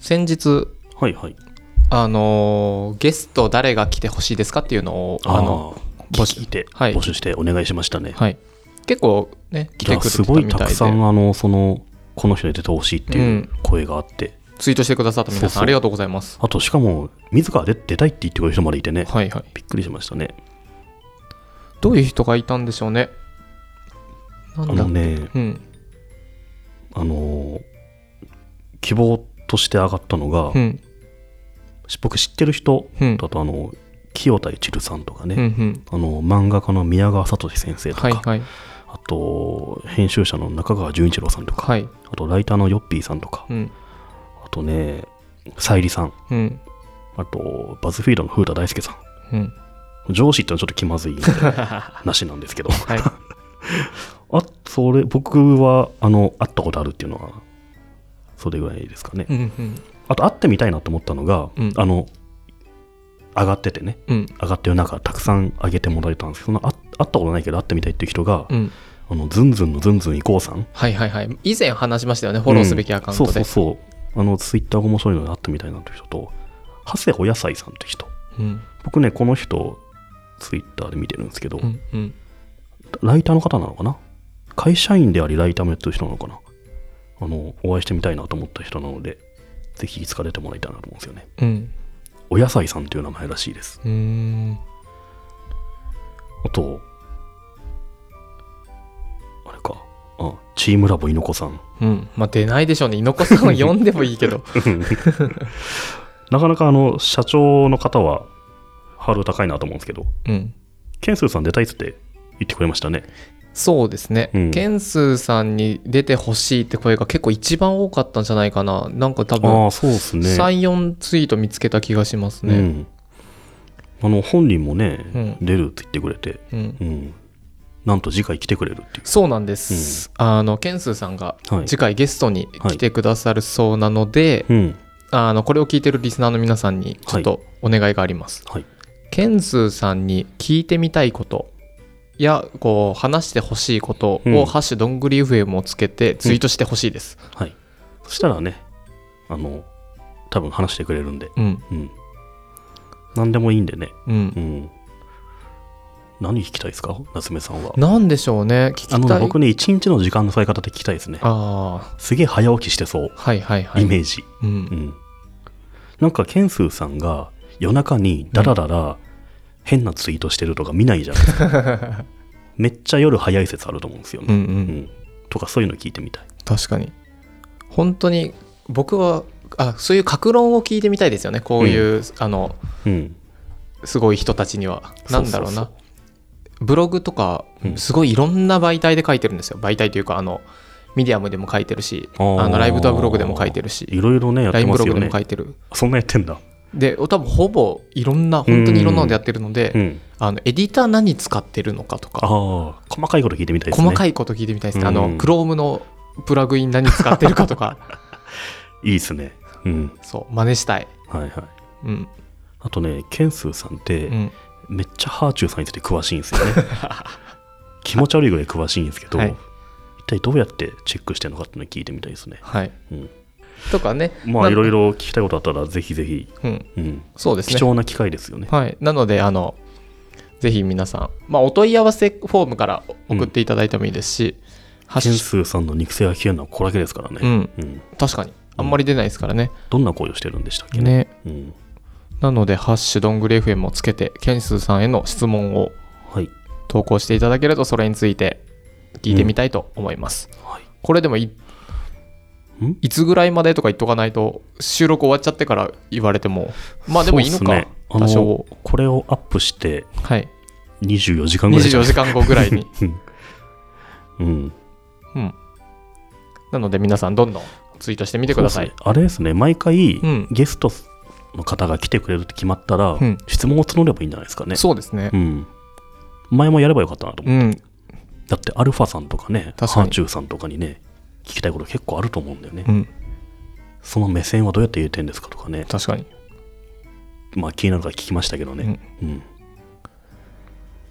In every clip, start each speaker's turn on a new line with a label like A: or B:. A: 先日
B: はいはい。
A: あのーゲスト誰が来てほしいですかっていうのをあの
B: ー
A: 募集
B: 聞いて、
A: はい
B: 募集してお願いしましたね。
A: はい、結構ね来
B: い
A: て
B: や
A: くれ
B: す
A: てた
B: ごい
A: み
B: た
A: たい
B: く
A: で
B: さんあのそのこの人に出てほしいっていう声があって、
A: ツイートしてくださった皆
B: そう
A: さ
B: そ
A: ん
B: う
A: ありがとうございます
B: あとしかも自ら出出たいって言ってくれる人までいてね、
A: はいはい
B: びっくりしましたね。
A: どういう人がいたんでしょうねな
B: あ
A: んだ
B: のね
A: うん
B: あのー希望として上がったのが、
A: うん
B: 僕知ってる人
A: うん
B: だとあの清田一郎さんとかね、
A: うんうん
B: あの漫画家の宮川聡先生とか、
A: はいはい
B: あと編集者の中川純一郎さんとか、
A: はい
B: あとライターのヨッピーさんとか、
A: うん
B: あとねさゆりさん
A: うん
B: あとバズフィードの風田大輔さん
A: うん
B: 上司ってのはちょっと気まずいんでなしなんです けど
A: はい
B: あそれ僕はあの会ったことあるっていうのはそれぐらいですかね、
A: うんうん
B: あと会ってみたいなと思ったのが、
A: うん
B: あの上がっててね
A: うん
B: 上がってる中たくさん上げてもらえたんですけどそのあ会ったことないけど会ってみたいっていう人が、
A: うん
B: あのズンズンのズンズン移行さん
A: はいはいはい以前話しましたよねフォローすべきアカウントで、
B: うんそうそうそうあのツイッター面白いので会ってみたいなという人と長谷穂野菜さんって人
A: うん
B: 僕ねこの人ツイッターで見てるんですけど、
A: うんうん
B: ライターの方なのかな会社員でありライターもやってる人なのかなあのお会いしてみたいなと思った人なのでぜひいつか出てもらいたいなと思うんですよね
A: うん
B: お野菜さんという名前らしいです
A: うーん
B: あとあれかあチームラボ猪子 さん
A: うんまあ出ないでしょうね猪子さんは呼んでもいいけど
B: なかなかあの社長の方はハードル高いなと思うんですけど
A: うん
B: ケンスーさん出たいっつって言ってくれましたね
A: そうですね、
B: うん
A: ケンスーさんに出てほしいって声が結構一番多かったんじゃないかななんか多分
B: ああそうですね
A: 34ツイート見つけた気がします
B: う
A: ね
B: ん、あの本人もね、
A: うん
B: 出るって言ってくれて、
A: うん、
B: うん、なんと次回来てくれるっていう
A: そうなんです、あのケンスーさんが
B: はい
A: 次回ゲストに来てくださるそうなので、
B: うん
A: あのこれを聞いてるリスナーの皆さんにちょっとお願いがあります、
B: はい
A: ケンスーさんに聞いてみたいことやこう話してほしいことを「
B: うん
A: ハッシュどんぐり FM」をつけてツイートしてほしいです、
B: はいそしたらねあの多分話してくれるんで
A: うん
B: うん何でもいいんでね
A: うん
B: うん何聞きたいですか夏目さんは
A: なんでしょうね聞きた
B: あ
A: い
B: のね僕ね一日の時間の使い方で聞きたいですね
A: あ
B: すげえ早起きしてそう
A: あはいはいはい
B: イメージ、
A: う
B: うんんなんかケンスーさんが夜中にダラダラ変なツイートしてるとか見ないじゃないですか めっちゃ夜早い説あると思うんですよ
A: うんう
B: ね、うん
A: ん
B: とかそういうの聞いてみたい
A: 確かに本当に僕はあそういう格論を聞いてみたいですよねこういう、あの
B: うん
A: すごい人たちには
B: そうそうそう
A: なんだろうなブログとか
B: うん
A: すごいいろんな媒体で書いてるんですよ媒体というかあのミディアムでも書いてるし
B: あー
A: あのライブドアブログでも書いてるし
B: いろいろねやって
A: LINE
B: ま
A: ブロ
B: す
A: グ
B: よ
A: でも
B: ね
A: 書いてる
B: そんなやってんだ
A: で多分ほぼいろんな本当にいろんなのでやってるので、
B: うん
A: あのエディター何使ってるのかとか
B: ああ細かいこと聞いてみたいですね
A: 細か
B: い
A: いこと聞いてみたいですね。あ
B: う
A: の、
B: ん
A: Chrome のプラグイン何使ってるかと か、
B: いいですねうん
A: そう、真似したい。
B: はいはい
A: うん。
B: あとねケンスーさんって、
A: うん。
B: めっちゃハーチューさんについて詳しいんですよ ね気持ち悪いぐらい詳しいんですけど、
A: はい
B: 一体どうやってチェックしてるのかっていうのを聞いてみたいですね
A: はい。
B: うん
A: とかね。
B: まあいろい
A: ろ。
B: ろ聞きたいことあったらぜひぜひ、
A: うん。
B: うん、
A: そうです
B: 貴
A: ね。
B: 重な機会ですよね。
A: はい。なので、あの、ぜひ皆さん、まあ、お問い合わせフォームから送っていただいてもいいですし、ハッシ
B: ケン
A: ュ
B: スーさんの肉声が聞けるのはこれだけですから
A: う
B: ね。
A: ん、
B: うん
A: 確かに。あんまり出ないですからね。
B: どんな声をしてるんでしたっけね。
A: ね。
B: うん
A: なので、ハッシュどんぐり FM をつけて、ケンスーさんへの質問を
B: はい、
A: 投稿していただけると、それについて聞いてみたいと思います。
B: はい
A: これでもい
B: ん
A: いつぐらいまでとか言っとかないと収録終わっちゃってから言われてもまあでもいいの
B: そうっ
A: か、
B: すねあの
A: 多少
B: これをアップして
A: はい
B: 24時間ぐらいじゃ
A: 24
B: ない
A: 時間後ぐらいに
B: うん、
A: うんなので皆さんどんどんツイートしてみてください
B: そうですねあれですね、毎回、
A: うん
B: ゲストの方が来てくれるって決まったら、
A: うん
B: 質問を募ればいいんじゃないですかね。
A: そうですね
B: うん、前もやればよかったなと思
A: う
B: う。
A: ん、
B: だって、アルファさんとかね、
A: 確か
B: ハ
A: に
B: ーチューさんとかにね、聞きたいこと結構あると思うんだよね。
A: うん、
B: その目線はどうやって入れてんですかとかね、
A: 確かに
B: まあ、気になるから聞きましたけどね。うん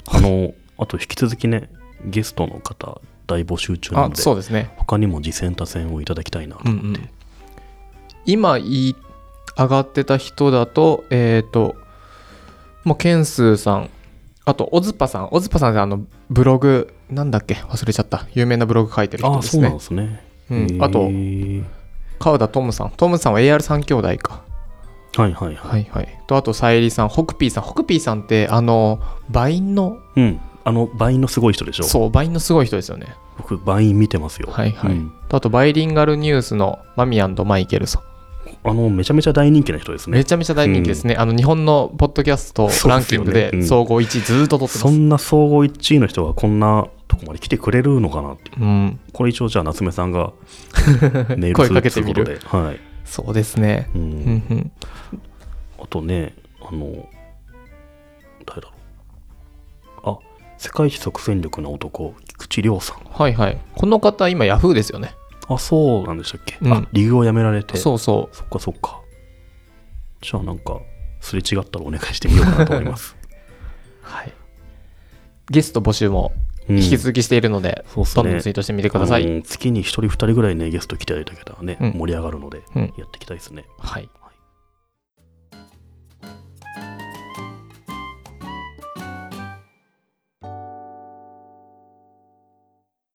B: あの、 あと引き続きね、ゲストの方、大募集中な
A: あ
B: ので、
A: そうですね
B: 他にも次戦多戦をいただきたいなと
A: うんう
B: 思って。
A: ん今言っ上がってた人だと、えっ、と、もうケンスーさん、あと、オズパさん。オズパさんってあの、ブログ、なんだっけ忘れちゃった。有名なブログ書いてる
B: あ
A: 人
B: あ、
A: で
B: そ
A: す
B: う
A: ね。
B: なんですね。
A: うん
B: へー
A: あと川田トムさん。トムさんは AR3 兄弟か。
B: はいはいは
A: はいはい。と、あと、さえりさん、ホクピーさん。ホクピーさんって、あの、バインの、
B: い。うん。あの、バインのすごい人でしょ。
A: そう、バインのすごい人ですよね。
B: 僕、バイン見てますよ。
A: はいはい。
B: うん
A: とあと、バイリンガルニュースのマミアンドマイケルさん。
B: あの、めちゃめちゃ大人気な人ですね
A: め。ちゃめちゃ大人気ですね。あの、日本のポッドキャスト
B: そう
A: ラ
B: で
A: ン
B: す
A: キン
B: よね
A: グ
B: う
A: で
B: ん
A: 総合1位ずっと取ってます。
B: そんな総合1位の人がこんなとこまで来てくれるのかなって。
A: うん、
B: これ一応じゃあ夏目さ んがメール
A: 声
B: す
A: か
B: る
A: け
B: っ
A: て
B: ていう
A: み
B: こ
A: る
B: とで。はい。
A: そうですね。
B: う
A: うんんうん、
B: あとね、あの、誰だろう。あ、世界一即戦力な男、菊池亮さん。
A: はいはい。この方、今、ヤフーですよね。
B: あ、そうなんでしたっけ、
A: うん
B: あ、理由をやめられて。
A: そうそう。
B: そっかそっか。じゃあなんか、すれ違ったらお願いしてみようかなと思います。
A: はい。ゲスト募集も
B: う ん
A: 引き続きしているので、
B: そうっすね
A: どんどんツイートしてみてください。
B: あの月に1人2人ぐらいね、ゲスト来ていただけたらね、
A: うん
B: 盛り上がるので、
A: うん
B: やっていきたいですね。
A: はい。
B: はい